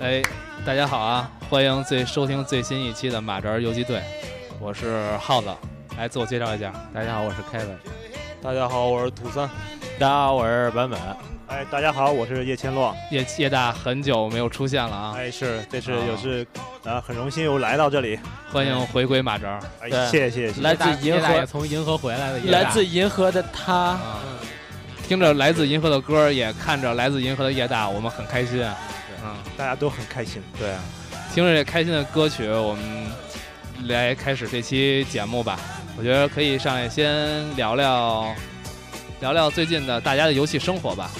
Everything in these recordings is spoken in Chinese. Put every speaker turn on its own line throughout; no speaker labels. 哎大家好啊！欢迎最收听最新一期的马哲游击队，我是耗子，来自我介绍一下。大家好，我是 Kevin。
大家好，我是土三。
大家好，我是版本。
哎，大家好，我是叶千洛。
叶叶大很久没有出现了啊，
哎，是，这是
啊
也是
呃
啊，很荣幸又来到这里。
欢迎回归马哲
哎，
对
谢谢谢谢。
来自银
叶大爷
河，
从银河回来的叶大，
来自银河的他，
啊！听着来自银河的歌，也看着来自银河的叶大，我们很开心啊。嗯，
大家都很开心。
对啊，听着这开心的歌曲，我们来开始这期节目吧。我觉得可以上来先聊聊聊聊最近的大家的游戏生活吧。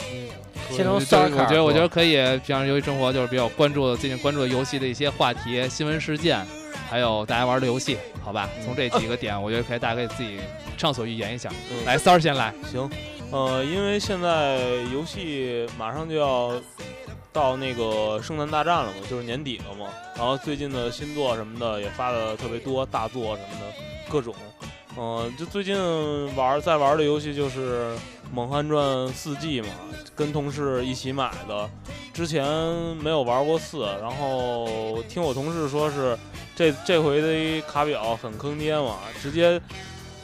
呃
先从
就
s t a
我觉得，我觉得可以，平常游戏生活就是比较关注最近关注的游戏的一些话题、新闻事件，还有大家玩的游戏，好吧？从这几个点，我觉得可以大家可以自己畅所欲言一下。
嗯
来，三儿先来，
行，呃，因为现在游戏马上就要到那个圣诞大战了嘛，就是年底了嘛。然后最近的新作什么的也发的特别多，大作什么的各种。嗯、就最近玩在玩的游戏就是《猛汉传四季》嘛，跟同事一起买的。之前没有玩过四，然后听我同事说是这这回的卡表很坑爹嘛，直接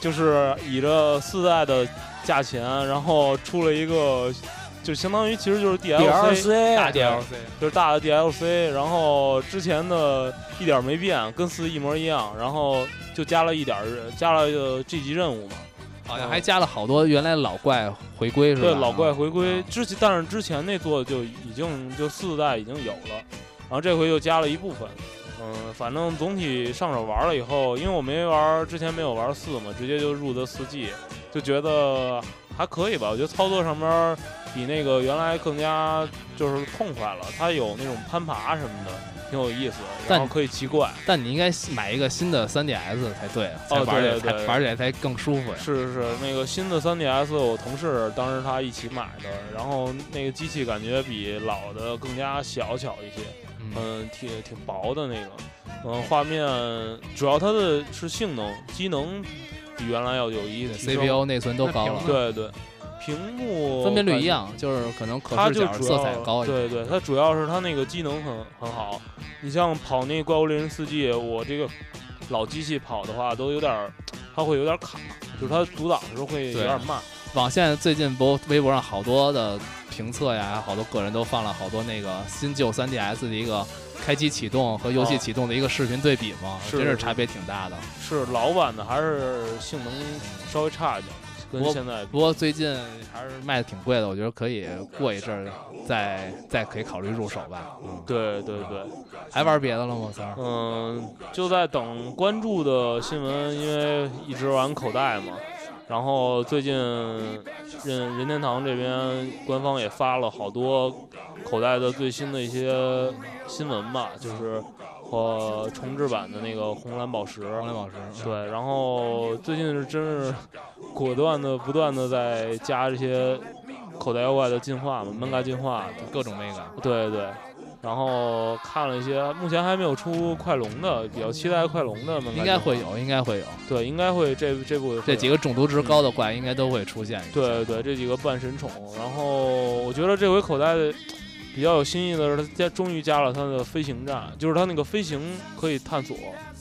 就是以这四代的价钱，然后出了一个，就相当于其实就是 DLC
DLC
大 DLC 就是大的 DLC，然后之前的一点儿没变，跟四一模一样，然后就加了一点儿加了呃 G 级任务嘛，
好像还加了好多原来老怪回归是吧？
对老怪回归
嗯
之前，但是之前那座就已经就四代已经有了，然后这回又加了一部分。嗯，反正总体上手玩了以后，因为我没玩儿之前没有玩儿四嘛，直接就入的四 G，就觉得还可以吧。我觉得操作上面儿比那个原来更加就是痛快了，它有那种攀爬什么的，挺有意思，然
但
后可以骑怪。
但你应该买一个新的 3DS 才对，才
哦
玩起来
对对
才
对
玩起来才更舒服呀。
是是是，那个新的 3DS，我同事当时他一起买的，然后那个机器感觉比老的更加小巧一些，
嗯，
嗯，挺挺薄的那个，嗯，画面主要它的是性能、机能比原来要有一
对
提升。
CPU 内存都高
那屏
了，
幕
对对，屏幕
分辨率
感
一
觉，
样，就是可能可
它
视
就
角
主
色彩
要
高一点。
对对，它主要是它那个机能很很好。你像跑那怪物猎人四季，我这个老机器跑的话都有点儿，它会有点儿卡，就是它读档的时候会有
对
点儿慢。
网现在最近博微博上好多的评测呀，好多个人都放了好多那个新旧 3DS 的一个开机启动和游戏
啊
启动的一个视频对比嘛，
是
真是
是
差别挺大的。
是老版的还是性能稍微差一点，跟
我
现在比
不过最近还是卖的挺贵的，我觉得可以过一阵儿再再可以考虑入手吧。嗯，
对对对，
还玩别的了吗？三儿，
嗯，就在等关注的新闻，因为一直玩口袋嘛。然后最近任任天堂这边官方也发了好多口袋的最新的一些新闻吧，就是和重置版的那个红蓝宝石，
红蓝宝石，嗯
对，然后最近是真是果断的、不断的在加这些口袋妖怪的进化嘛，manga 进化的，
各种那个。
对对。然后看了一些，目前还没有出快龙的，比较期待快龙的 manga
应该会
进化，
有，应该会有。
对，应该会这这部会
这几
有
个中毒值高的怪应该都会出现。
对对这几个半神宠。然后我觉得这回口袋的比较有新意的是，它加终于加了它的飞行站，就是它那个飞行可以探索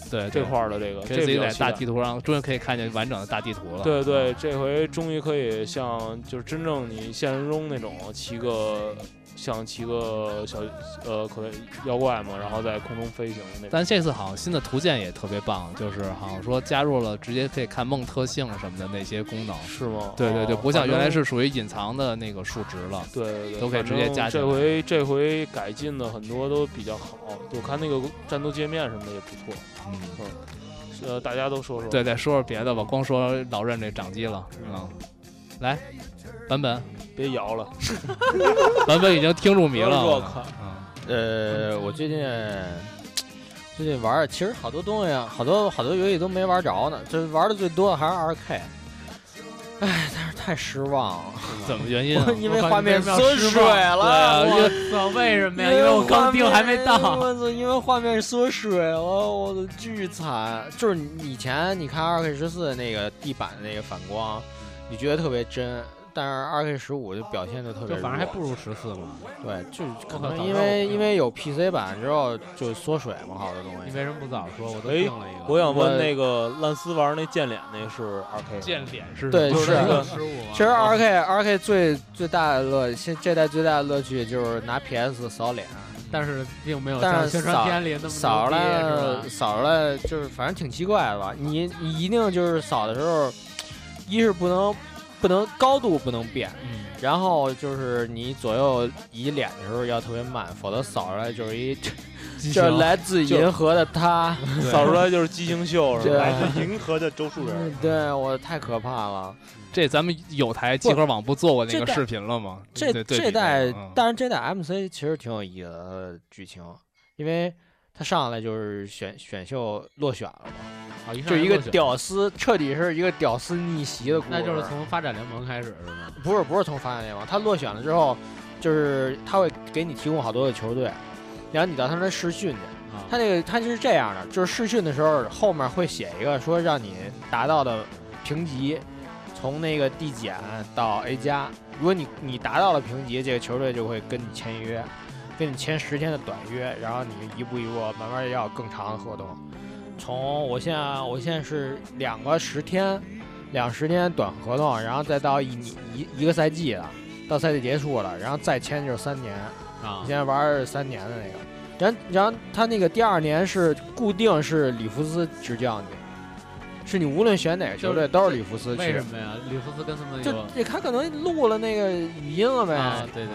对，
这
对
块儿的这个，
可以
这
自己
比较
在
期
大
待
地图上终于可以看见完整的大地图了。
对对，这回终于可以像就是真正你现实中那种骑个像骑个小呃可能妖怪嘛，然后在空中飞行那种。
但这次好像新的图鉴也特别棒，就是好像说加入了直接可以看梦特性什么的那些功能。
是吗？
对对对，
哦
不像
反
原来
正
是属于隐藏的那个数值了。
对对对，
都可以直
反
接
正
加进
这
来
回这回改进的很多都比较好，我看那个战斗界面什么的也不错。
嗯，
呃，大家都说说。
对，再说说别的吧，光说老任这掌机了。嗯，来，版本，
别摇了，
版本已经听入迷
不
了。
要说看
嗯，
呃，我最近最近玩儿，其实好多东西啊，好多好多游戏都没玩着呢。这玩的最多的还是 2K，哎，但是太失望了，
怎么原因啊、
因为画面缩水了。
对啊
我
操，为什么呀？因为我刚订还没
画面
到。
我操！因为画面缩水了，我的巨惨。就是你以前你看二 K 十四那个地板的那个反光，你觉得特别真，但是 R K 十五就表现就特别
这
弱，
反正还不如十四嘛。
对，就是可
我靠
能
早
因
知道我
为
病
因为有 P C 版之后就缩水嘛，好多东
你
嗯
西。
为什么不早说？我都
哎
定了一个。
我想
我
问那个烂丝玩那剑脸那是 R K
见脸是
对
就是那个
失误吗？
其实 R K R K 最最大的乐，现这代最大的乐趣就是拿 P S 扫脸，
但是并没有
嗯但
像
是
宣传
扫
片里那么
扫
牛逼
了
是吧
扫了就是反正挺奇怪的吧。你你一定就是扫的时候，一是不能不能高度不能变，
嗯，
然后就是你左右移脸的时候要特别慢，否则扫出来就是一这来自
就
银河的他，
扫出来就是畸形秀是
对
吧？
来自银河的周树
嗯
人，
对我太可怕了。
这咱们有台集合网不做过那个视频了吗？
这
对对
这
比较
代
嗯，
但是这代 MC 其实挺有意思的剧情，因为他上来就是选选秀落选了嘛，
好
就一个，
上来
屌丝，彻底是一个屌丝逆袭的故
就
事。
那就是从发展联盟开始是吗？
不是不是从发展联盟，他落选了之后，就是他会给你提供好多的球队，然后你到他那试训去。
啊
他那个他就是这样的，就是试训的时候后面会写一个说让你达到的评级，从那个递减到 A 加。如果你你达到了评级，这个球队就会跟你签约，跟你签十天的短约，然后你一步一步慢慢要更长的合同。从我现在我现在是两个十天，两十天短合同，然后再到一一一个赛季了，到赛季结束了，然后再签就是三年。
啊
你现在玩儿三年的那个，然然后他那个第二年是固定是里弗斯执教你，是你无论选哪个球队
就是
都是里弗斯
为
去
什，么呀？里弗斯跟他们
就
有
这他可能录了那个语音了呗，
啊，对对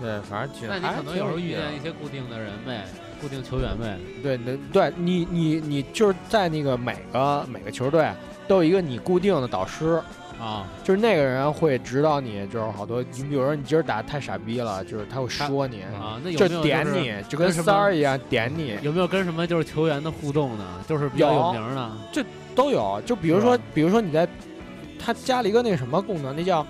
对，
对，反正挺
那你
还
可能
挺
有时候
意
遇
思的
见一些固定的人呗，固定球员呗，
对，你对你你你就是在那个每个每个球队都有一个你固定的导师，
啊，
就是那个人会指导你，就是好多你比如说你今儿打得太傻逼了，就是他会
他
说你，
啊，那有
嗯就
没有
点
是
你，就跟
跟什么
三儿一样点你，
有没有跟什么就是球员的互动呢？就是比较有
有
名儿的，
都有。就比如说
是吧，
比如说你在，它加了一个那个什么功能，那叫，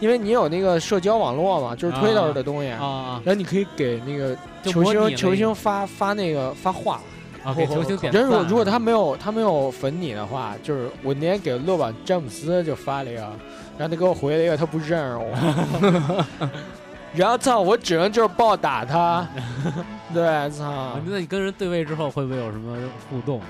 因为你有那个社交网络嘛，就是
啊
Twitter 的东西，
啊
然后你可以给那个
就
球
模拟
星
了
球
一
星发发那个发话。
啊，给球星点赞。
人如果如果他没有他没有粉你的话，就是我那天给勒布朗詹姆斯就发了一个，然后他给我回了一个他不认识我， 然后操我只能就是暴打 他，对操
啊，那你跟人对位之后会不会有什么互动？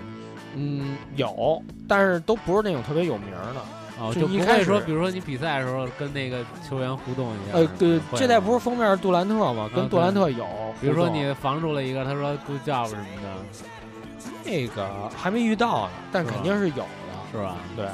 嗯有，但是都不是那种特别有名儿的。
哦，
就
就
一
不
开
会
始
说，比如说你比赛的时候跟那个球员互动一下。
呃，对，
会
这代
吗
不是封面是杜兰特吗？跟
啊
杜兰
对
特有互动，
比如说你防住了一个，他说 good job 什么的，
那个还没遇到呢，但
是吧
肯定是有的。
是吧？
对，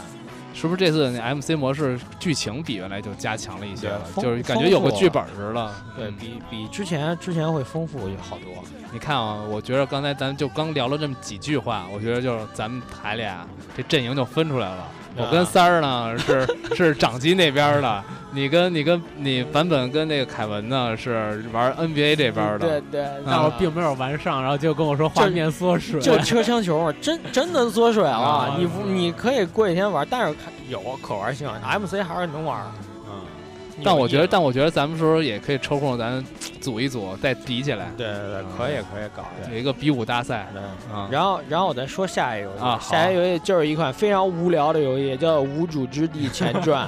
是不是这次那 MC 模式剧情比原来就加强了一些了
对，丰
就是感觉有
丰
个
富了
剧本似的。
对
嗯
比比之前之前会丰富好多。
你看啊，我觉得刚才咱们就刚聊了这么几句话，我觉得就是咱们台里啊，这阵营就分出来了。我跟三儿呢是是掌机那边的，你跟你跟你版本跟那个凯文呢是玩 NBA 这边
对
的，
对，嗯
但我
啊
并没有完上，然后就跟我说画
就
面缩水，
就车厢球嘛，真真的缩水
啊
了。你不你可以过几天玩，但是看有可玩性，MC 还是能玩。
嗯，
但我觉得，
有意思
但我觉得咱们是不是也可以抽空咱组一组，再比起来，
对对对，可以可以搞一下
有一个比武大赛
对。
啊。
然后，然后我再说下一个游戏，
啊好
下一个游戏就是一款非常无聊的游戏，叫《无主之地前传》。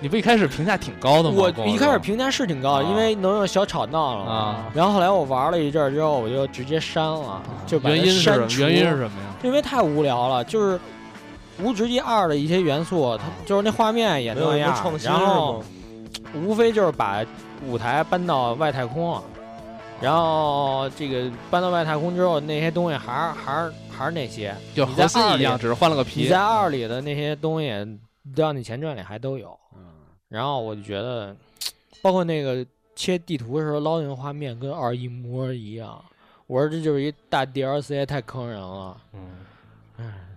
你不一开始评价挺高的吗？
我
跟
一
说
开始评价是挺高的，
啊
因为能用小吵闹了嘛。
啊，
然后后来我玩了一阵儿之后，我就直接删了，就把它
原因是什
删
么
除
原因是什么呀？
因为太无聊了，就是《无职业二》的一些元素，它就是那画面也
没有
那
什
样
么创，新
然
是
后
吗？
无非就是把舞台搬到外太空了。啊然后这个搬到外太空之后，那些东西还是还是还是那些。
就核心一样，只是换了个
你
皮
在。二里的那些东西，到你前传里还都有。
嗯
然后我就觉得，包括那个切地图的时候捞那个画面跟二一模一样，我说这就是一大 DLC，太坑人了。
嗯，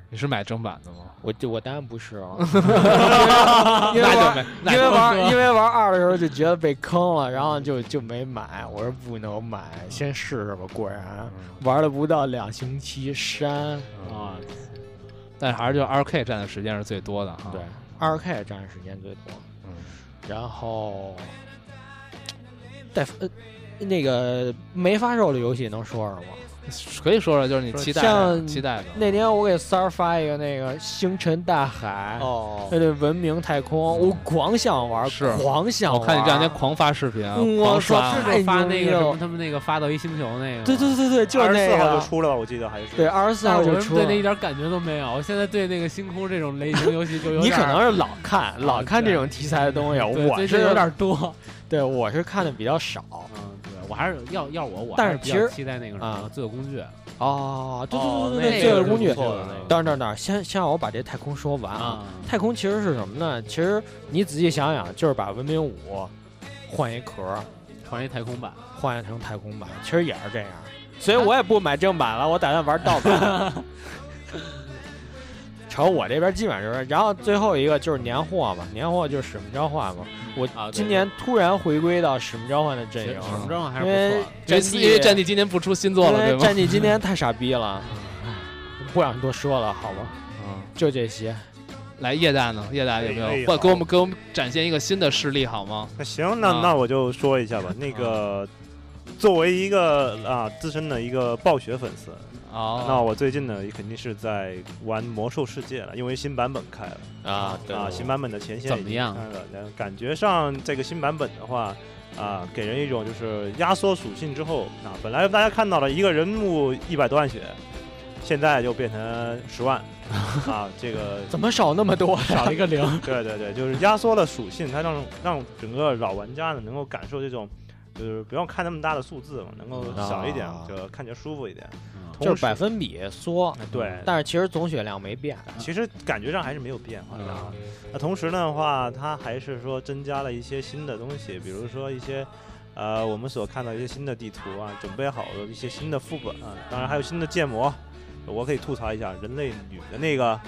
你是买正版的吗？
我这我当然不是 了，因为因为玩
那
因为
就
玩因为玩二的时候就觉得被坑了，然后就就没买。我说不能买，先试试吧。果然玩了不到两星期删，
啊，
啊，
但是还是就 R K 占的时间是最多的哈。
啊
对，二 K 占时间最多。
嗯，
然后，在呃那个没发售的游戏能说说吗？
可以说说就是你期待的
像
期待的，
那天我给三儿发一个那个《星辰大海》，
哦
那，对文明太空，我狂想玩，
是
狂想玩。
我看你这两天狂发视频啊，
嗯我
狂
说
刷
这
啊，
就发
太
那
牛
个
逼了
什么，他们那个发到一星球那个，
对对对对，就是
二十
那
四号
个啊
就。出了吧？我记得还是
对，二十四
但
号
是我
就是出
对
了。
那一点感觉都没有。我现在对那个星空这种类型游戏就有
你
点
可
儿，
能是老看老看这种题材的东西，
对
我
最
是
近有点多。
对我是看的比较少
嗯，对我还是要要我，我
但
还
是
比
其
较
实
期待那个什
啊
么罪恶工具
哦，对
哦
对对
那
对对，
这
罪
个
恶
是
工具
不错的那个
等会儿等会儿等会儿，先先让我把这太空说完啊。
啊。
太空其实是什么呢？其实你仔细想想，就是把文明五换一壳儿，
换一太空版，
换成太空版，其实也是这样。所以我也不买正版了，我打算玩盗版。朝我这边基本上就是，然后最后一个就是年货嘛，年货就是使命召唤嘛。我
啊对
今年突然回归到使命召唤的阵
其实
营，
什么
啊
状还是
因为战
不错的。
因为
地
因为战地今年不出新作了，
因
对
为
吗？
战地今天太傻逼了，
嗯
不想多说了，好吧？
嗯，
就这些。
来叶大呢？叶大有没
哎
有
哎
换
好
给我们给我们展现一个新的事例好吗？
那行，那
啊
那我就说一下吧。那个，作为一个啊资深的一个暴雪粉丝，那
啊
哦，
我最近呢也肯定是在玩《魔兽世界》了，因为新版本开了
啊对
啊，新版本的前线
怎
已
么
经
样
开了，然后感觉上这个新版本的话。啊，给人一种就是压缩属性之后啊，本来大家看到了一个人物一百多万血，现在就变成 十万啊，这个
怎么少那么多？
少一个零，
对对对，就是压缩了属性，它让让整个老玩家呢能够感受这种，就是不用看那么大的数字嘛，能够小一点，
啊
就看起来舒服一点。
就
同
是百
时，
分比缩，
对，啊
但是其实总血量没变。啊
其实感觉上还是没有变化的
嗯
啊。那同时的话，它还是说增加了一些新的东西，比如说一些。呃，我们所看到一些新的地图啊，准备好的一些新的副本啊，当然还有新的建模。我可以吐槽一下，人类女的那个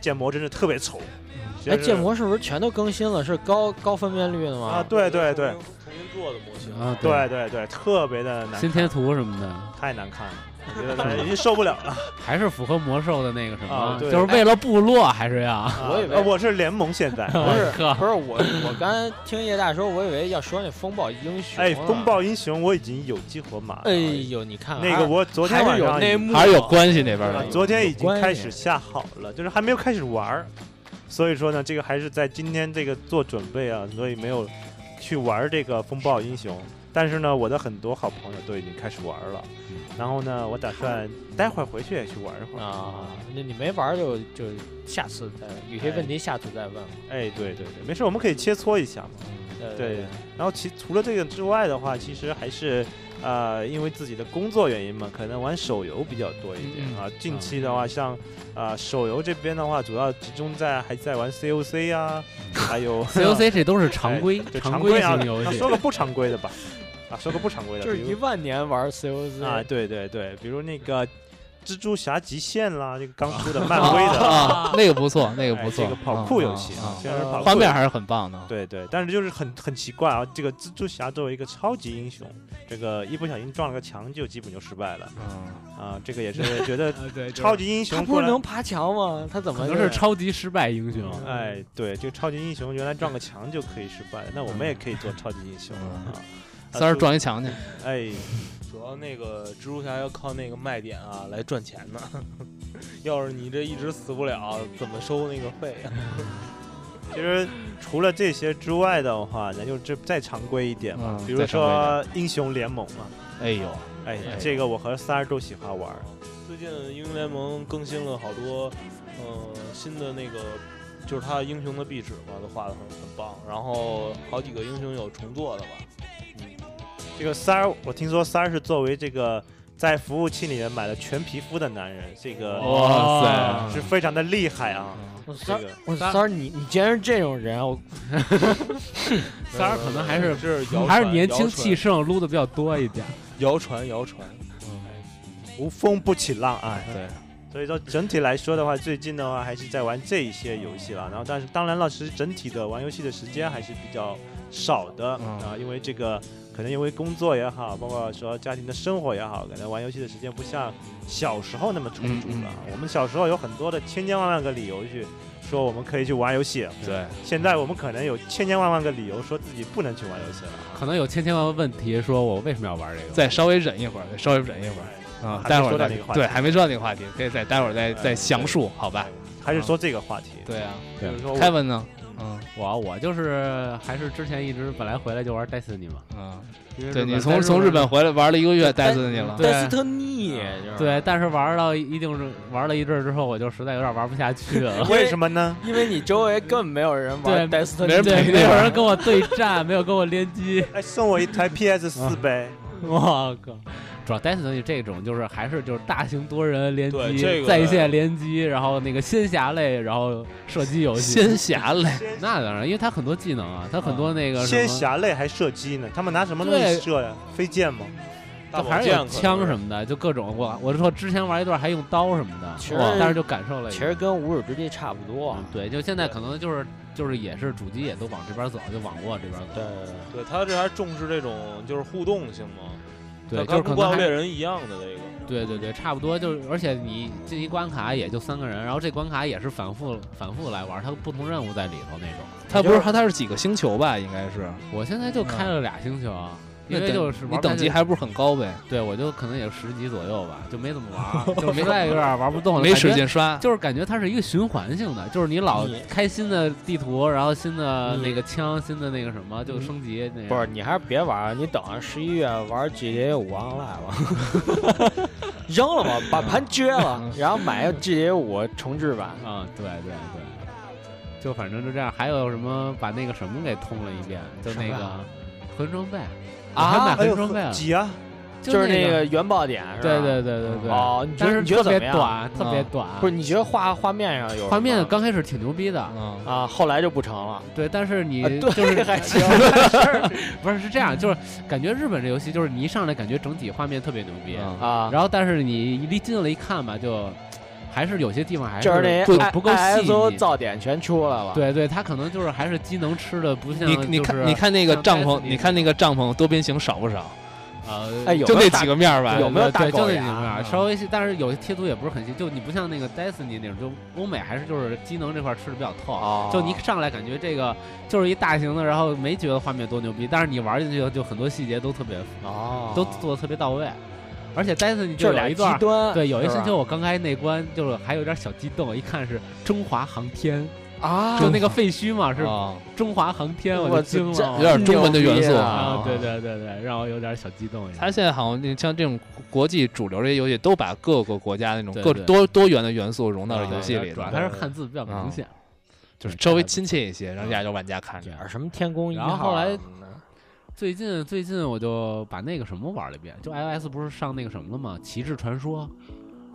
建模真是特别丑。
哎，
真是
建模是不是全都更新了？是高高分辨率的吗？
啊，对对对，
重新做的模型
啊对
对对对，特别的难
新
看，
贴图什么的，
太难看了，我 觉得大家已经受不了了。
还是符合魔兽的那个什么，
啊对
就是为了部落还是要。
我以为
啊我是联盟现 在，
不是
呵
不是我我
啊
刚才听叶大说，我以为要说那风暴英雄。
哎，风，暴英雄我已经有激活码了，
啊哎呦，你看
那个我昨天
还
晚
是有
上
内
已
幕，
还是有关系那边的
啊，昨天已经
关系
开始下好了，就是还没有开始玩儿，所以说呢，这个还是在今天这个做准备啊，所以没有去玩儿这个风暴英雄。但是呢，我的很多好朋友都已经开始玩儿了，然后呢，我打算待会儿回去也去玩一会儿
啊。那你没玩儿就就下次再，有些问题下次再问吧。
哎，对对对，没事，我们可以切磋一下嘛。对，然后其除了这个之外的话，其实还是呃，因为自己的工作原因嘛，可能玩手游比较多一点
嗯嗯
啊。近期的话，像啊手游这边的话，主要集中在还在玩 COC 啊，还有
COC 这都是常规
对
常
常
规
啊
型，游
那
戏
说，个不常规的吧，啊，说个不常规的，
就是
比
一
如
万年玩 COC
啊，对对对，比如那个蜘蛛侠极限啦，这个刚出的漫威的，
啊， 那个不错，那个
哎
不错，
这个跑酷游戏
啊啊，
虽然是跑酷
画
游戏
面还是很棒的。
对对，但是就是很很奇怪啊，这个蜘蛛侠作为一个超级英雄，这个一不小心撞了个墙就基本就失败了
嗯，
啊、这个也是 觉得
啊对，就是
超级英
他
雄
不
过
是
来
能爬墙吗？他怎
可
么
能是超级失败英雄。嗯
哎，对，这个超级英雄原来撞个墙就可以失败，那我们也可以做超级英雄啊
嗯。
啊
三儿
就
撞一墙去，
哎，
主要那个蜘蛛侠要靠那个卖点啊来赚钱呢， 要是你这一直死不了，怎么收那个费啊？
其实除了这些之外的话，那就这再常规一点嘛，
嗯
比如
再常规一
说英雄联盟嘛，
哎呦，
哎
哎，
这个我和三儿都喜欢玩儿。
最近英雄联盟更新了好多，呃，新的那个就是他英雄的壁纸嘛，都画的很很棒，然后好几个英雄有重做的吧。
这个三儿，我听说三儿是作为这个在服务器里面买了全皮肤的男人，这个
哇嗯
哦
塞，
是非常的厉害啊！
我
这
三
个
我三儿，你你竟然是这种人，我
三儿可能还是嗯
是谣传
还是年轻气盛，撸的比较多一点。
谣传谣传，嗯
无风不起浪，哎，
对，
所以说整体来说的话，最近的话还是在玩这一些游戏了。然后，但是当然了，其实整体的玩游戏的时间还是比较少的
嗯
啊，因为这个可能因为工作也好，包括说家庭的生活也好，可能玩游戏的时间不像小时候那么充足了
嗯。
我们小时候有很多的千千万万个理由去说我们可以去玩游戏，
对，
现在我们可能有千千万万个理由说自己不能去玩游戏了啊。
可能有千千万万问题，说我为什么要玩这个？
再稍微忍一会儿，再稍微忍一会儿，
哎
啊，
还
待
没
会儿
说到
再
那个话题哎
对，还没说到那个话题，可以再待会儿再再详述，好吧？
还是说这个话题。
对啊，
比如说我
凯文呢？嗯
我啊我就是还是之前一直本来回来就玩 Destiny 嘛，
嗯，
因为
对
日
你
本
从
但是
从
我
日本回来玩了一个月，
但
带死你了。
对
啊但是特腻，就是。
对，但是玩到一定是玩了一阵儿之后，我就实在有点玩不下去了
为什么呢？
因为你周围根本没有人玩
对
戴斯特
没人
对，
陪
没
你
有
玩
人跟我对战，没有跟我联机，
哎，送我一台 PS 四呗。
我靠！主要 Destiny 这种就是还是就是大型多人联
对
机、
这个
在线联机，然后那个仙侠类，然后射击游戏。
仙侠类，
那当然，因为它很多技能啊，它很多那个什么
仙侠类还射击呢？他们拿什么东西
对
射呀？飞剑吗？
大宝
还是
剑
有
可能
枪
是
什么的，就各种我我是说之前玩一段还用刀什么
其
的，
实
哇但是就感受了 一
其
下。
实跟无主之地差不多
嗯。对，就现在可能就是就是也是主机也都往这边走，就网络这边走。
对，
对他这还重视这种就是互动性嘛，
对，
它
就是
跟
可
《
能
怪物
还
猎人》一样的这个，
对对对，差不多就是，而且你进一关卡也就三个人，然后这关卡也是反复反复来玩，它不同任务在里头那种。
它不是它它是几个星球吧？应该是，
我现在就开了俩星球，啊因
嗯那
为
等
就是
你
玩
等级还不是很高呗，
对我就可能也十级左右吧，就没怎么 玩，就实在有点玩不动了，
没
感觉
时间刷。
就是感觉它是一个循环性的，就是你老
你
开新的地图，然后新的
嗯
你
那个枪，新的那个什么，就升级那样
不是你还是别玩儿，你等着十一月玩 GTA 五 online 吧，扔了吧， 把盘撅 了，然后买个 GTA 五重置版。
啊、对对对，就反正就这样。还有什么把那个什么给通了一遍，就那
什
个
么
魂装备，我
啊
还买
哎
魂装备
呦，
了，
挤啊！
就是
那
那个原爆点，是吧
对对对对对，
哦，你觉
但
得
是
你觉得
特
怎
别
么样？嗯
短，特别短，
不是，你嗯觉得画画面上有什么
画面刚开始挺牛逼的，
嗯，
啊，后来就不成了。
对，但是你
啊
就
对
是
还行
不是是这样，就是感觉日本这游戏就是你一上来感觉整体画面特别牛逼，
嗯
啊，
然后但是你一离近了一看吧，就还是有些地方还
就是那
不
些
不够细
ISO
腻。
噪点全出来了。，
对对，他可能就是还是机能吃的不像
你
就是
你看你看那个
像
帐篷，
Destiny
你看那个帐篷多边形少不少？
呃，
哎，有
就
没有
那
大
几个面儿吧
对
有。没有
对
大
对
狗
就那几
牙
面儿
嗯
稍微细但是有些贴图也不是很细，就你不像那个 Destiny 那种，就欧美还是就是机能这块儿吃的比较透。啊
哦
就你一上来感觉这个就是一大型的，然后没觉得画面多牛逼，但是你玩进去就很多细节都特别
哦，
都做的特别到位，而且 Destiny
就是
有
俩
一
极
段
端。
对，有一
是吧
星期我刚开那关，就是还有点小激动，一看是中华航天，
啊，哦
就那个废墟嘛，是
啊，
中华航天，我
我
就
这
惊
这
了，
有点中文的元素
牛逼
啊
啊，
对对对对，让我有点小激动一下。
它现在好像那像这种国际主流这些游戏，都把各个国家那种
对
各
对
多多元的元素融到了
啊
游戏里
主
头
要，还是汉字比较明显，
就是稍微亲切一些，让亚洲玩家看着
点。儿什么天宫一
然后
号
后
啊
来
什么的
最近最近我就把那个什么玩了一遍，就 iOS 不是上那个什么了吗？骑士传说，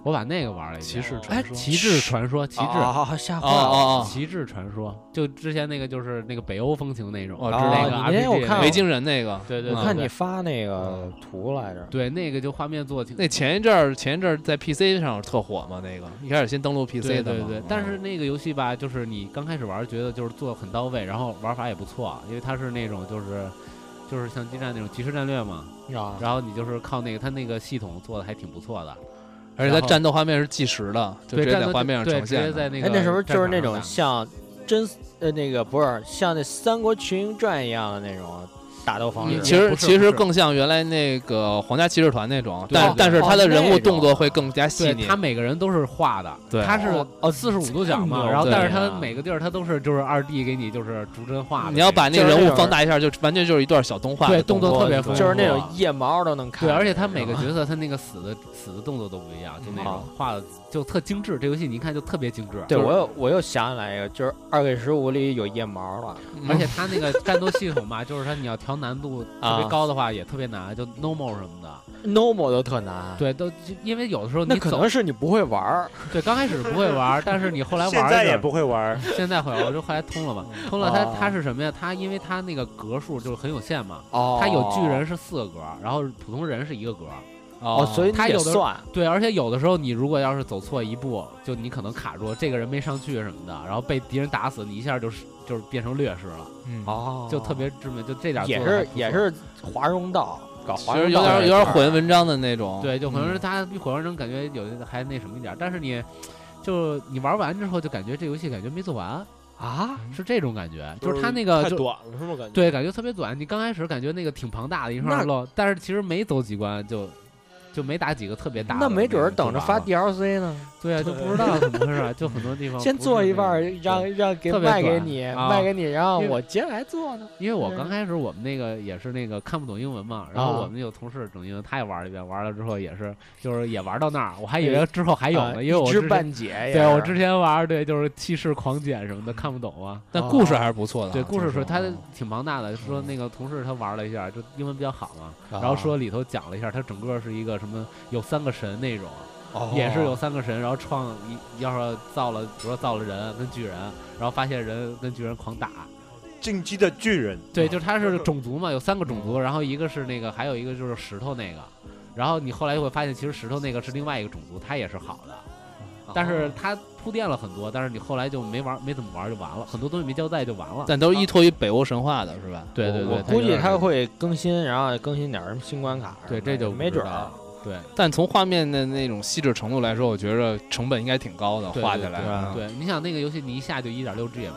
我把那个玩了一遍。
骑士传
哎，
说
骑士传说，骑
啊
士。
啊啊吓坏
哦
了。
哦
骑士传说，就之前那个就是那个北欧风情那种，
哦知道
那
了
个
你那
RPG
天我看
嗯
哦，
了
维京人那个，
对对
嗯
对
我看你发那个图来着，
对那个就画面做得挺
那前一阵儿前一阵儿在 PC 上特火嘛，那个一开始先登录 PC
对
的
对
嘛，
对
嗯，
但是那个游戏吧，就是你刚开始玩，觉得就是做的很到位，然后玩法也不错，啊因为它是那种就是就是像激战那种即时战略嘛，
啊，
然后你就是靠那个它那个系统做的还挺不错的，
而且它
然后
战斗画面是计时的，就直
对，
接
战
在
斗
画面上
对
呈
直
现
接
的。
在那
哎
个，
那时候就是那
战
种
场上
像真呃那个不是像那《三国群英传》一样的那种打斗方
嗯
式，
其
也
实
不是
其
不
实
是
更像原来那个皇家骑士团那种，
对
但
对
但是
哦
他的人
那
物
种
动作会更加细
对
腻
他。每个人都是画的，
对
他是
哦
四十五度角
这
嘛，
么
然后
牛
但是
逼
它
啊
每个地儿它都是就是二 D 给你就是逐帧画的，
你要把那
就
个
是那
人物
种
放大一下，就完全就是一段小动画啊的
对
动
动作特别丰
丰
啊
富。
就是那种腋毛都能看。
对，而且他每个角色他那个死的死的动作都不一样，就那种
啊
画的就特精致，这游戏你一看就特别精致。
对
就是
我又我又想起来一个，就是二 K 十五里有腋毛了，
而且它那个战斗系统嘛，就是说你要调难度
啊
特别高的话也特别难，就 normal 什么的，
normal 都特难。
对，都就因为有的时候
啊那
你
可
走
能是你不会玩儿，
对刚开始不会玩，但是你后来玩
现
儿
在
就
也不会玩儿，
现在会玩，我就后来通了嘛，通了它
哦
它是什么呀？它因为它那个格数就是很有限嘛，
哦，
它有巨人是四个格，然后普通人是一个格，
哦，
哦
所以你
它
也
有的
算
对，而且有的时候你如果要是走错一步，就你可能卡住，这个人没上去什么的，然后被敌人打死，你一下就是就是变成劣势了，
嗯
哦，
就特别致命，就这点儿
也
做得还
是
不
也
错
是华容道搞
其
华
实
容
有
道
点
这
有
一
点
块儿
火焰文章的那
哦
种。
对，就可能是
嗯
它比火焰人感觉有的还那什么一点儿，但是你就你玩完之后就感觉这游戏感觉没做完，
啊，
是这种感觉，
就
就是是它那个
太
就
短了是吗？感觉
对感觉特别短，你刚开始感觉那个挺庞大的一
那
串漏，但是其实没走几关就就没打几个特别大的
那
那
没准儿
种
等
就
着
完
发
了
DLC 呢，
对啊，就不知道怎么回事儿，就很多地方
先
不
做
是
一
那
半儿
种，
让让给
特别
卖给
短
你，
啊
卖给你，然后
因为
我接着来做呢。
因为我
是
刚开始我们那个也是那个看不懂英文嘛，然后
啊
我们有同事懂英文，他也玩了一遍，玩了之后也是就是也玩到那儿，我还以为之后还有
啊
呢，因为我
一知
之前
半解也是。
对我之前玩儿对就是气势狂减什么的看不懂啊。
但
哦
故事还是不错的啊。
对，故事
听
是
说
他
嗯
挺庞大的，说那个同事他玩了一下，就英文比较好嘛，
啊
然后说里头讲了一下，他整个是一个什么有三个神那种，
哦
也是有三个神，然后创一要是造了，比如说造了人跟巨人，然后发现人跟巨人狂打，
进击的巨 人，啊
对，
啊
就是他是种族嘛，有三个种族，然后一个是那个，还有一个就是石头那个，然后你后来就会发现，其实石头那个是另外一个种族，它也是好的，
哦
但是它铺垫了很多，但是你后来就没玩，没怎么玩就完了，很多东西没交代就完了。
但都是依托于北欧神话的是吧？
对对
我
对
我
它
估
有
计
点
他
这
会更新，然后更新点儿什么新关卡什么的。
对，这就
没
不知
准
道
儿啊
了。对
但从画面的那种细致程度来说，我觉着成本应该挺高的，
对
画
对
起来。 啊
对，你想那个游戏你一下就一点六 G 嘛，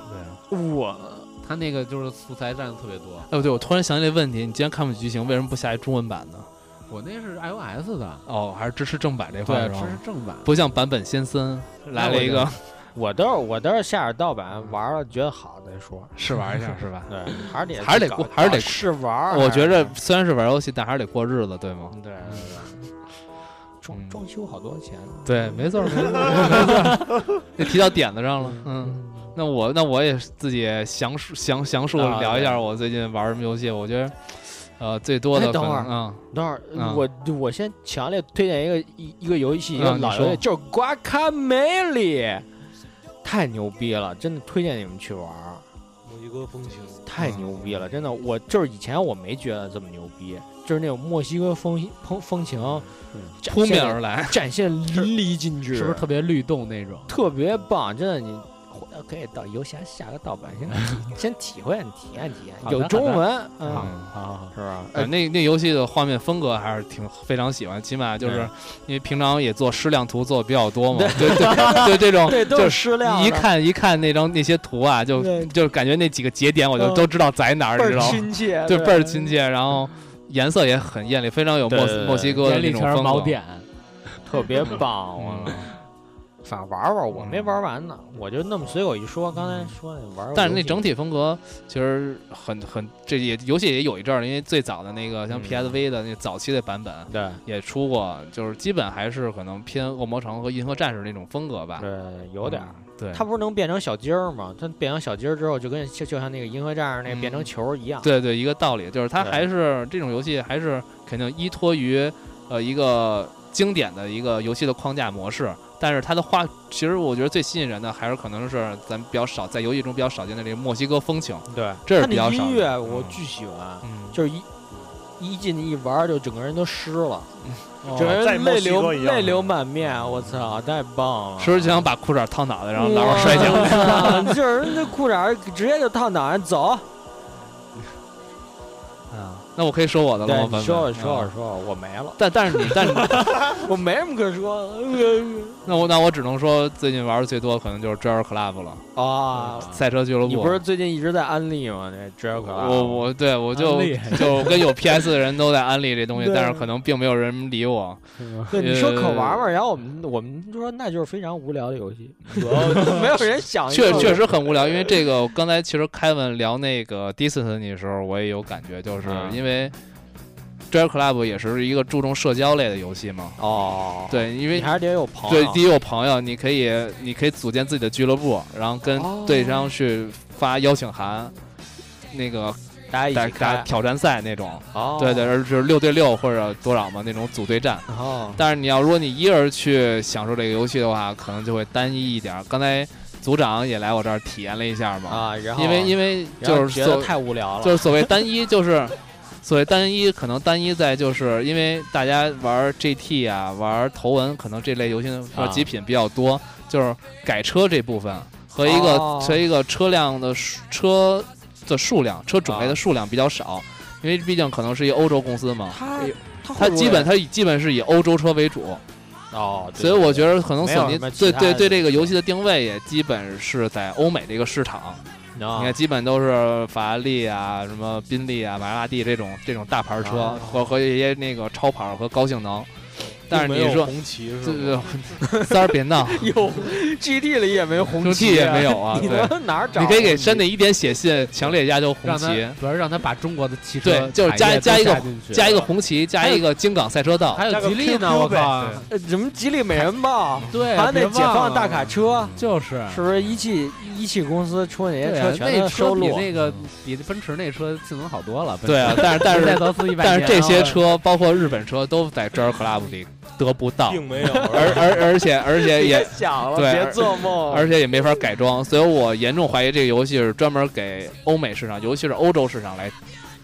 我
它那个就是素材占的特别多。
哎，不对，我突然想起来问题，你既然看不起剧情，为什么不下一中文版呢？
我那是 iOS 的，
哦，还是支持正版这块
对，
儿是
这
吧
是？正版。
不像版本先森来了一个
我都是我都是下点盗版玩了，觉得好再说。
试玩一 下是吧？
对，还是得
还是得
搞
过还是得
搞试玩儿。嗯
我觉着嗯虽然是玩游戏，但还是得过日子，对吗？
对对对，装
嗯
装修好多钱啊呢。
对，没错，没错，没错，就 提到点子上了。嗯，那我那我也自己详述详详述
啊
聊一下
对
我最近玩什么游戏。我觉得，呃，最多的
哎等
可能
会儿
嗯
等会儿
嗯
我我先强烈推荐一个一一个游戏，一个
嗯你
老游
说
戏，就是《瓜卡梅里》，太牛逼了，真的推荐你们去玩儿。啊
墨西哥风情，
太牛逼了，真的，我就是以前我没觉得这么牛逼，就是那种墨西哥风风风情，展
扑
现
面而来。
展现淋漓尽致，
是不是特别律动那种？
特别棒？真的，你回头可以到游侠下个盗版，先体先体会体验体验，
好的
有中文，
好
啊
嗯，
好好好，
是吧？
呃，那那游戏的画面风格还是挺非常喜欢，起码就是因为平常也做矢量图做的比较多嘛，对对对，这种
对，都
就是是
适量的，
一看一看那张那些图啊，就
对
就感觉那几个节点我就
嗯
都知道在哪儿，
倍
你知
儿
道吗？
亲切，
对，倍儿亲，切，然后颜色也很艳丽，非常有墨
对对对
墨西哥的
眼
那
里
种
全是
风
锚
格。
点。
特别棒，我
嗯。
反正玩玩，我没玩完呢，我就那么随口一说。刚才说那玩，
但是那整体风格其实很很，这也游戏也有一阵儿，因为最早的那个像
嗯
PSV 的那早期的版本
对
也出过，就是基本还是可能偏恶魔城和银河战士那种风格吧，
对有点儿。
嗯对，
它不是能变成小鸡儿吗？它变成小鸡儿之后，就跟就就像那个银河战士那个
嗯
变成球儿一样。
对对一个道理，就是它
对
还是这种游戏还是肯定依托于呃一个经典的一个游戏的框架模式，但是它的画其实我觉得最吸引人的还是可能是咱们比较少在游戏中比较少见的这个墨西哥风情，
对，
这是
它
比较
的
少
音
的
乐我
嗯
巨喜欢，
嗯，
就是一一进去一玩儿就整个人都湿了，
哦
整个
在
人
墨
泪
西哥
流
一样
泪流满面。我操，太棒了！
时不时就想把裤衩套脑袋，然后拿会儿摔跤。
跤， 就是那裤衩儿直接就烫脑袋走。
那我可以说我的了
对，
吗？
你
本
说我
本
说我
嗯
说我我没了，
但但是你但是你
我没什么可 说的
那我那我只能说，最近玩的最多可能就是 Driver Club 了，
啊。
赛车俱乐部。
你不是最近一直在安利吗？那 j a c
我我对我就
安利
就跟有 PS 的人都在安利这东西，
对
但是可能并没有人理我。
对，你说可
呃
玩玩，然后我们我们就说那就是非常无聊的游戏，
主 要
没有人想
啊确
用
确实很无聊，因为这个刚才其实凯文聊那个 Destiny 的时候，我也有感觉，就是
啊
因为 Driver Club 也是一个注重社交类的游戏嘛。
哦，，
对，因为
你还是得有朋
对
友，，
第一有朋友，你可以你可以组建自己的俱乐部，然后跟
哦
对方去发邀请函，那个
大家一
打
起
打
开，
挑战赛那种，
哦，
对对，，而就是六对六或者多少嘛那种组队战。
哦，
但是你要如果你一个人去享受这个游戏的话，可能就会单一一点儿。刚才组长也来我这儿体验了一下嘛，
啊，然后
因为因为
然后
就是
觉
所
得太无聊了，
就是所谓单一，就是所谓单一，可能单一在就是因为大家玩 GT 啊，玩头文，可能这类游戏
啊
和极品比较多，就是改车这部分和一个、
哦
和一个车辆的数车的数量，车种类
啊
的数量比较少，因为毕竟可能是一欧洲公司嘛。
他他
它
会不
基
会
本它以基本是以欧洲车为主，
哦，对
所以我觉得可能
没有
索尼
什么其
对
他
对
的
对这个游戏的定位也基本是在欧美这个市场，
对啊
你看，基本都是法拉利啊、什么宾利啊、玛莎拉蒂这种这种大牌车，
啊
和和一些那个超跑和高性能。但是你说
红旗是
这
吗？
这三儿 别闹，
有 GT 里也没红
兄弟
旗
也
啊
没有啊，
你
对。
能哪儿找？
你可以给山。内一点写信，强烈要求红
让他
旗，
主要是让他把中国的汽车
对就是
产
加
业都
加一个
进去
加一个红旗，加一个京港赛车道
还，有
加个
吉利呢，
QQ
我靠
呗，
呃，什么吉利美人豹，
哎
对，
还有那
别
解放
忘
大
了
卡车，
就是
是不是一汽一汽公司出的那些
对啊
车全
那
都
车
收
比
录？
那个比奔驰那车性能好多了，奔驰
对啊，但是但
在
是
劳斯一百
但
年啊，
是这些车，包括日
啊
本车，都在 JR Club 里得不到，
并 没有，
而而而且而 且也
别想了，
对
别
而
做梦。
而且也没法改装，所以我严重怀疑这个游戏是专门给欧美市场，尤其是欧洲市场来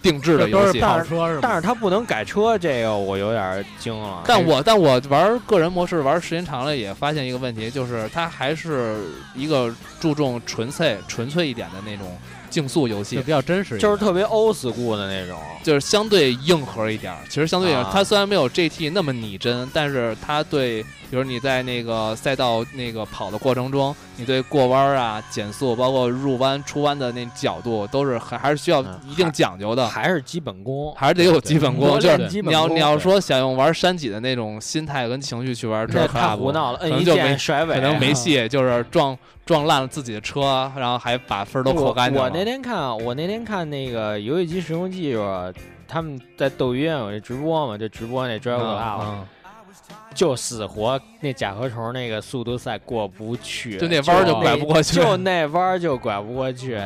定制的
这都
游
是
戏。
跑车是
但
吧？
是它不能改车，这个我有点惊了。
但我但我玩个人模式玩时间长了，也发现一个问题，就是它还是一个注重纯粹纯粹一点的那种竞速游
就
戏
比，较真实一点，
就是特别欧 school 的那种，
就是相对硬核一点儿。其实相对
啊
它虽然没有 GT 那么拟真，但是它对，比如你在那个赛道那个跑的过程中，你对过弯儿啊、减速，包括入弯、出弯的那角度，都是还还是需要
嗯
一定讲究的。
还是基本功，
还是得有基本 功，
多
就
练
是
基
你
本
要
功
你要
对
说想用玩山脊的那种心态跟情绪去玩这
这太胡闹了，
可
摁
能
一
就没
键甩尾，
可能没戏，就是撞撞烂了自己的车，啊然后还把分儿都扣干净
我。
了。
我那天看啊，我那天看那个《游戏机时空记》吧，他们在抖音有这直播嘛，这直播那 Drive
嗯
Club、
嗯
就死活那甲壳虫那个速度赛过不去，
就那弯儿就
那
拐不过去
就那弯儿就拐不过去，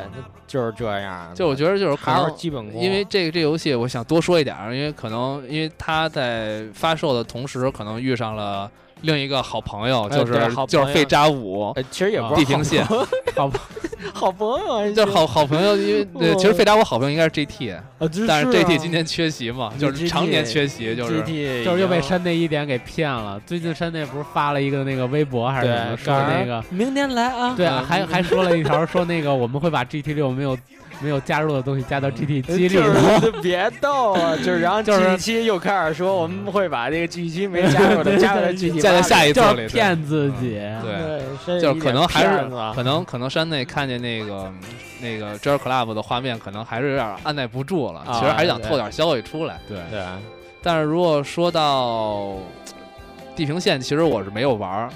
就是这样。
就我觉得就是可
还是
能，
基本功，
因为这个这游戏，我想多说一点儿，因为可能因为它在发售的同时，可能遇上了另一个好朋友，
哎
就是
对好
就
朋
是
友
废渣五。
呃其实也不
地
是
平线，
好朋友，好朋友 啊，
就是好好朋友，因为对其实废渣五好朋友应该是 GT，
啊，就是
但是 GT
啊
今年缺席嘛，
你
就是常年
GT
缺席，就是。
GT
就是又被
已经
山内一点给骗了。最近山内不是发了一个那个微博还是什么，
对
说那个
明天来啊，
对，
嗯
还还说了一条说那个我们会把 GT 六没有没有加入的东西加到 GT
呃
七里
就
头。
是 别逗啊！就是然后
就是
G 七又开始说我们会把这个 G 七没加入的加入到 G 七，
加在下一次
就
里
是
头
骗自己，
对，
对
就是可能还是
啊，
可能可能山内看见那个那个 J Club 的画面，可能还是有点按耐不住了，
啊
其实还是想
对
透点消息出来。
对
对啊，
但是如果说到地平线，其实我是没有玩儿，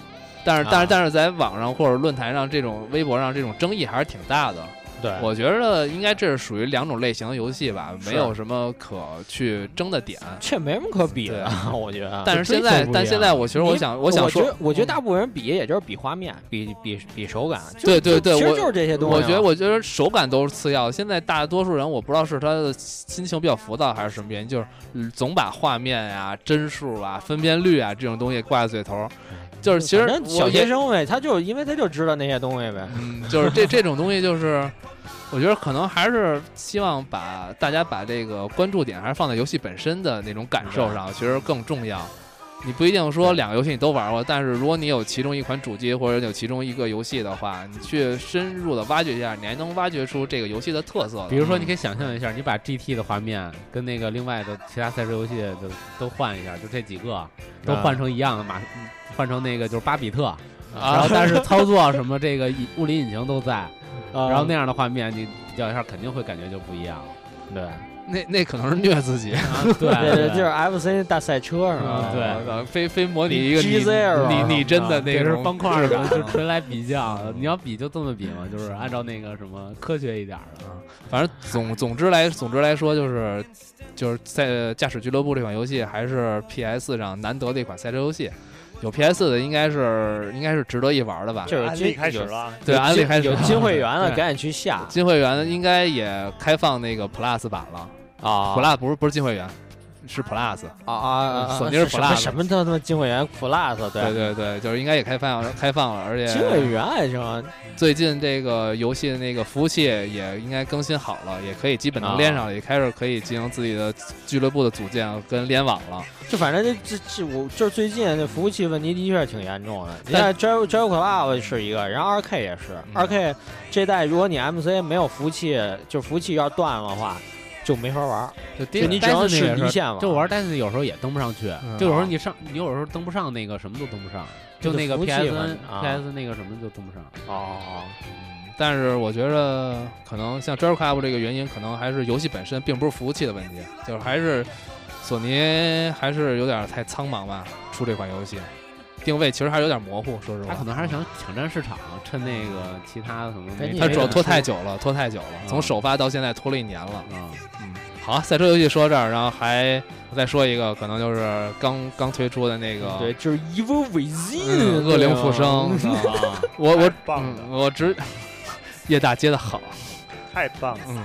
但是但是
啊
但是在网上或者论坛上这种微博上这种争议还是挺大的。
对，
我觉得应该这是属于两种类型的游戏吧，
是啊
没有什么可去争的点。
这没什么可比
对
的，啊我觉得。
但是现在，但现在我其实我
你
想，
我
想
觉
说，嗯
得我觉得大部分人比也就是比画面，比比比手感，啊就
对对对，
其
我
实就是这些东西啊。
我觉得，我觉得手感都是次要的。现在大多数人，我不知道是他的心情比较浮躁，还是什么原因，就是嗯总把画面啊、帧数啊、分辨率啊这种东西挂在嘴头。就是其实
反正
我
小
也
学生呗，他就因为他就知道那些东西呗。
嗯，就是这这种东西，就是我觉得可能还是希望把大家把这个关注点还是放在游戏本身的那种感受上，其实更重要。你不一定说两个游戏你都玩过，但是如果你有其中一款主机或者有其中一个游戏的话，你去深入的挖掘一下，你还能挖掘出这个游戏的特色的。
比如说，你可以想象一下，你把 GT 的画面跟那个另外的其他赛车游戏就都换一下，就这几个都
啊
换成一样的马，换成那个就是巴比特，然后 但是操作什么这个引物理引擎都
啊
在，
嗯
然后那样的画面你比较一下，肯定会感觉就不一样了。
对
那那可能是虐自己，
对
对
啊 对，就是
是
FC 大赛车是吧？
嗯对
我操非非模拟一个
G Zero
你你你真的那
那啊是
种
方块
质
的，
感
就纯来比较。你要比就这么比嘛，就是按照那个什么科学一点儿
啊
的。
反正总总之来总之来说，就是就是在驾驶俱乐部这款游戏还是 PS 上难得的一款赛车游戏，有 PS 的应该是应该是值得一玩的吧？
就是
安
这
利开始
有
了啊，
对，安利开始
有金会员了，
对
赶紧去下
金会员应该也开放那个 Plus 版了
啊！
，Plus 不是不是金会员，是 Plus。
啊啊！
索尼是
什么
Plus
什么他妈金会员 Plus
对对对，就是应该也开放开放了，而且
金会员还行，啊
最近这个游戏的那个服务器也应该更新好了，也可以基本
啊
能连上了，也开始可以进行自己的俱乐部的组建跟联网了。
就反正这这这我就是最近这服务器问题的确是挺严重的。你
但
看 Drive Drive Club 是一个，然后 2K 也是
嗯
，2K 这代如果你 MC 没有服务器，就服务器要断了的话，就没法玩，
就第
就你只能
那
是
个
离线玩。
就玩，但是有时候也登不上去，
嗯
就有时候你上，你有时候登不上那个什么都登不上，
就
就那个
服务器
PSN
嘛啊
PS 那个什么就登不上。
哦，
嗯但是我觉得可能像 j e r c a b 这个原因，可能还是游戏本身并不是服务器的问题，就是还是索尼还是有点太苍茫吧，出这款游戏，定位其实还是有点模糊，说实话。
他可能还是想抢占市场，趁那个其他的什么
赶紧
没，
他主要拖太
久
久了，拖太久了，
嗯
从首发到现在拖了一年了。
啊，
好，赛车游戏说到这儿，然后还再说一个，可能就是刚刚推出的那个
对，就是 Evil
嗯
Within，
恶灵
对啊
附身，
啊
我我
太棒
嗯
了，
我直 夜大接的好，
太棒了！
嗯，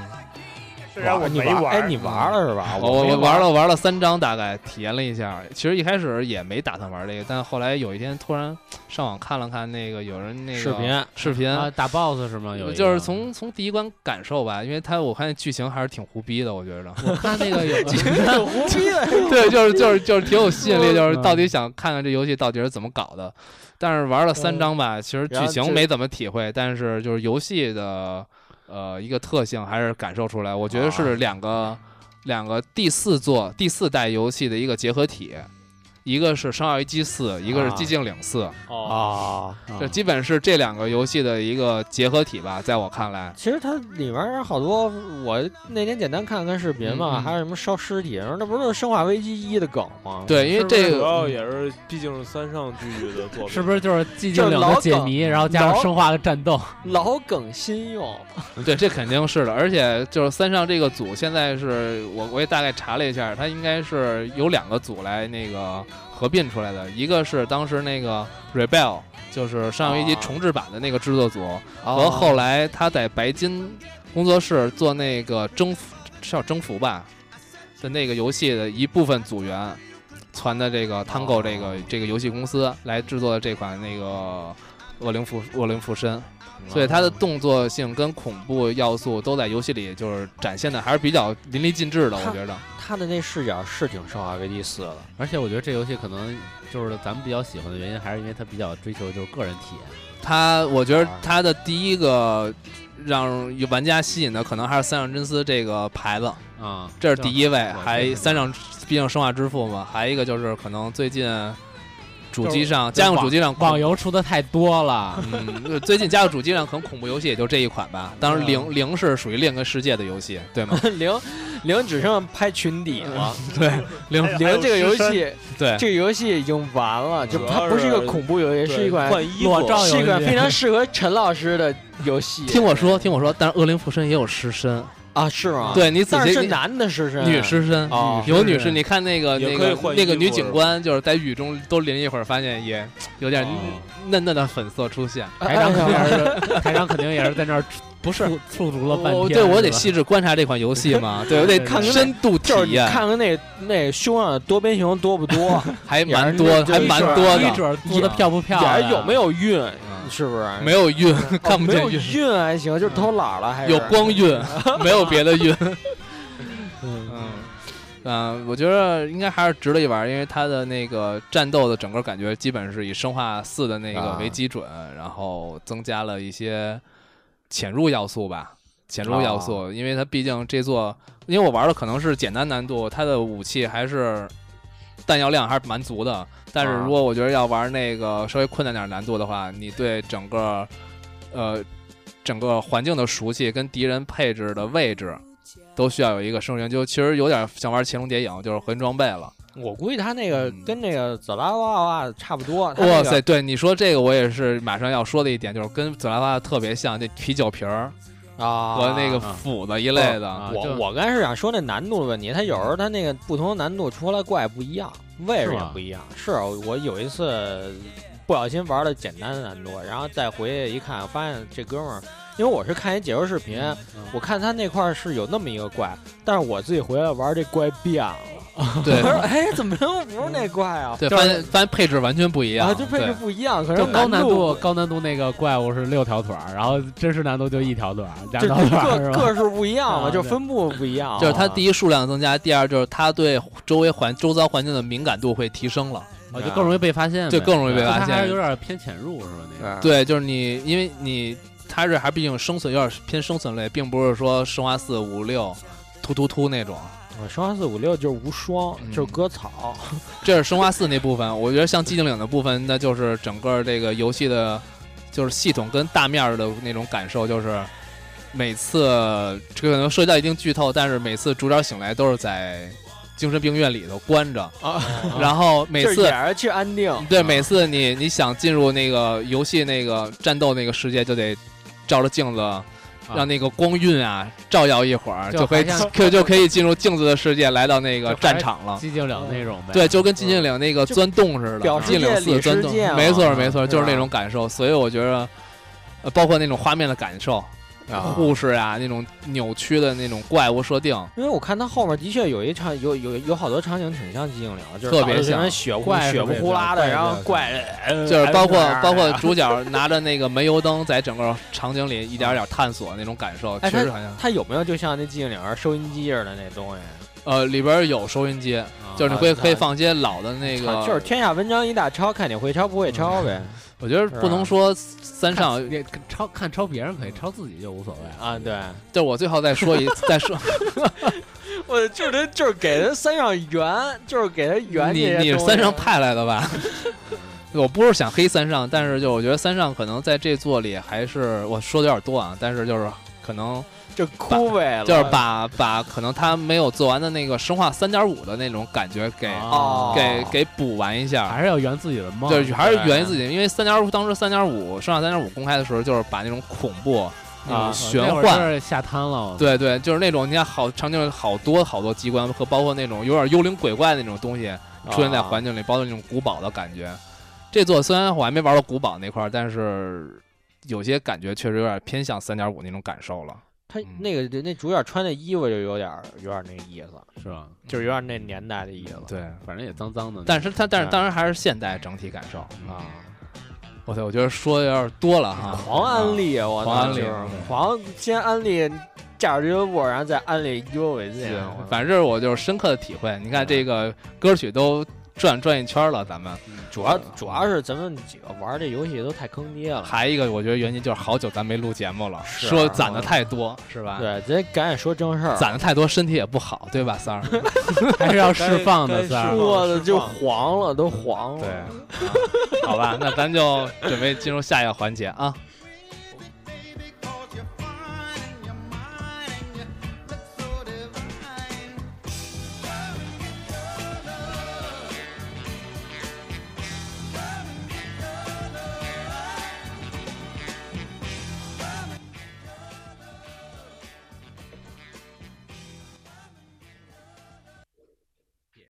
虽然我
你
没
玩，哎，
儿
你玩了是吧？
我哦我
没
我玩了玩了三章，大概体验了一下。其实一开始也没打算玩这个，但后来有一天突然上网看了看那个有人那个
视频，
视频，
啊，打 BOSS 是吗？有一个
就是从从第一关感受吧，因为他我看剧情还是挺胡逼的，我觉得。
我看那个有
胡逼的，
对，就是就是就是挺有吸引力，
嗯
就是到底想看看这游戏到底是怎么搞的。但是玩了三章吧，其实
嗯然
剧
后
情
这
没怎么体会，但是就是游戏的呃一个特性还是感受出来。我觉得
啊
是两个、两个第四作第四代游戏的一个结合体，一个是《生化危机四》，一个是
啊
《寂静岭四》
哦，
啊，
这基本是这两个游戏的一个结合体吧，在我看来。
其实它里面好多，我那天简单看了看视频嘛，
嗯嗯
还有什么烧尸体，那不是《生化危机一》的梗吗？，
对，因为这
主
个嗯
要也是毕竟是三上剧的作品，
是不是就是寂
就
静
是
岭
老
的解
梗
谜，然后加上
老
生化的战斗？
老梗新用，
对，这肯定是的，而且就是三上这个组，现在是我我也大概查了一下，它应该是有两个组来那个合并出来的，一个是当时那个 Rebel，就是《上一集
哦
重制版的那个制作组，和
哦
后来他在白金工作室做那个征服是叫征服吧的那个游戏的一部分组员。传的这个 Tango 这个、这个游戏公司来制作的这款那个恶灵附恶灵附身，
嗯
所以它的动作性跟恐怖要素都在游戏里就是展现的还是比较淋漓尽致的，我觉得。
他的那视角是挺《生化危机四》的，
而且我觉得这游戏可能就是咱们比较喜欢的原因，还是因为它比较追求就是个人体验。
它我觉得它的第一个让玩家吸引的可能还是三上真司这个牌子，
啊、
这是第一位，
我
还三上毕竟生化之父嘛，还一个就是可能最近主机上
就是
家用主机上
网游出的太多了，
嗯，最近家用主机上可能恐怖游戏也就这一款吧。当然
对
零零是属于另一个世界的游戏，对吗？
零零只剩拍裙底了，
零
还有
嗯零这个游
还有尸
戏，
对
这个游戏已经完了，就
主要
它不是一个
是
恐怖游戏，
对
是一款
换衣服啊
裸照游戏
是一款非常适合陈老师的游戏。
听我说，听我说，但是恶灵附身也有尸身，
啊，是吗？，
对你仔
但
细
是是
你
男的尸
啊
身，啊
女尸身
哦
嗯有女士，你看那个
嗯也
那
可以
个
换
那个
衣服
女
是
警
吧
官，就是在雨中都淋一会儿，发现也有点
嗯
哦
嫩嫩的粉色出现。
台
哎
长肯定
呀，
也是， 台长肯定也是在那儿不是驻足了半
我
天。
哦对我
是
得
吧
细致观察这款游戏 嘛，对我
对
得
对
对
深度
就是
体
你
验，
看看那那胸上的多边形多不 多，
还
眼
蛮
儿
多，
就
还
一
蛮
水儿
多
一
的，
准儿做的漂不漂
眼儿
亮，啊
有没有晕？
嗯
是不是？
没有晕，看
哦
不
没
见
有
晕，
晕还行，就是偷懒了还是
有光晕， 没有别的晕。
嗯
嗯，嗯，我觉得应该还是值得一玩，因为它的那个战斗的整个感觉基本是以生化四的那个
啊
为基准，然后增加了一些潜入要素吧。潜入要素，
啊
因为它毕竟这座，因为我玩的可能是简单难度，它的武器还是弹药量还是蛮足的。但是
啊
如果我觉得要玩那个稍微困难点难度的话，你对整个呃整个环境的熟悉跟敌人配置的位置，都需要有一个生成研究，其实有点像玩《潜龙谍影》，就是魂装备了。
我估计他那个跟那个紫拉娃娃差不多。他那个
哇塞，对你说这个，我也是马上要说的一点，就是跟紫拉拉特别像，那啤酒瓶儿
啊
和那个斧子一类的。
啊就
我我刚才是想说那难度的问题，它有时候它那个不同的难度出来怪不一样，位置
是
也
吗
不一样。是我有一次不小心玩了简单的难度，然后再回去一看，发现这哥们儿，因为我是看一解说视频，
嗯
我看他那块儿是有那么一个怪，但是我自己回来玩这怪变了。我说
对
哎，怎么能不是那怪啊？
对，
就
发
是
现发现配置完全不一样。
啊，这配置
对
不一样，可
就
能
高难
度
度高难度那个怪物是六条腿儿，然后真实难度就一条腿儿，两
就
条腿
个
儿是吧？
个数不一样嘛，
啊
就
对
分布不一样。啊
就是它第
一，
一数量增加，第二就是它对周围环周遭环境的敏感度会提升了。
啊就更容易被发现呗，
对哦更容易被发啊
它还
现
是有点偏潜入是吧？
啊
那个
对，就是你，因为你它是还毕竟生存有点偏生存类，并不是说生化四五六突突突那种。
我生化四五六就是无双，
嗯
就是割草，
这是生化四那部分，我觉得像寂静岭的部分，那就是整个这个游戏的，就是系统跟大面儿的那种感受，就是每次这个可能涉及到一定剧透，但是每次主角醒来都是在精神病院里头关着，
啊，
然后每
就是啊
次
也是去安定，
对，每次你你想进入那个游戏那个战斗那个世界，就得照着镜子，让那个光晕啊照耀一会儿，
啊就
就可以
好像
可就可以进入镜子的世界，来到那个
就还
战场了。
寂静岭那种呗。
对，就跟寂静岭那个
就
钻洞似的，
表世
寂静
界
岭
里
四钻
世
洞
界，
没错
嘛
没错，就是
对吧
那种感受。所以我觉得，呃，包括那种画面的感受，
啊
故事啊，那种扭曲的那种怪物设定，
因为我看它后面的确有一场，有有有好多场景挺像寂静岭，就是
特别
搞得什
像
么血雾
怪
血
是
不
不是
呼啦的，
怪
然后
是
怪，呃
就是包括
还是那样的
包括主角拿着那个煤油灯，在整个场景里一点儿点儿探索那种感受，
哎
确实很像。
它有没有就像那寂静岭收音机似的那东西？
呃，里边儿有收音机，
啊，
就是你会可以放一些老的那
啊
个，
就是天下文章一大抄，看你会抄不会抄 呗。
我觉得不能说三
看
上，
也抄看抄别人可以，抄自己就无所谓了。
啊，对，
就我最后再说一再说，
我就是他就是给他三上圆，就是给他圆。
你你是三上派来的吧？ 我不是想黑三上，但是就我觉得三上可能在这座里还是我说的有点多啊，但是就是可能
就枯萎了，
就是把把可能他没有做完的那个生化三点五的那种感觉给、
啊
哦
给给补完一下，
还是要圆自己的梦。
对，还是源于自己，因为三点五当时三点五生化三点五公开的时候，就是把那种恐怖啊玄
那会儿
幻，
真是下瘫了。，
对对，就是那种你看好场景好多好多机关和包括那种有点幽灵鬼怪那种东西出现在环境里，包括那种古堡的感觉。这座虽然我还没玩到古堡那块儿，但是有些感觉确实有点偏向三点五那种感受了。
他
嗯
那个那主角穿的衣服就有点儿有点儿那个意思，
是吧？
就是有点儿那年代的意思。
对，
反正也脏脏的。
但是它
嗯
但是当然还是现代整体感受
啊，
我操，我觉得说的有点多了哈。
狂安利啊，我
狂
操
安利
就是
对
狂先安利驾驶俱乐部，然后再安利以我为戒
对。
我操
反正我就是深刻的体会。你看这个歌曲都转转一圈了，咱们
主要主要是咱们几个玩这游戏都太坑爹了。
还一个，我觉得原因就是好久咱没录节目了，
是啊
说攒的太多，是吧？，
对，咱赶紧说正事儿。
攒的太多身体也不好，对吧，三儿？
还是要释放的
该
三
该
儿
释。
说的就黄了，都黄了。
对，好吧，那咱就准备进入下一个环节啊。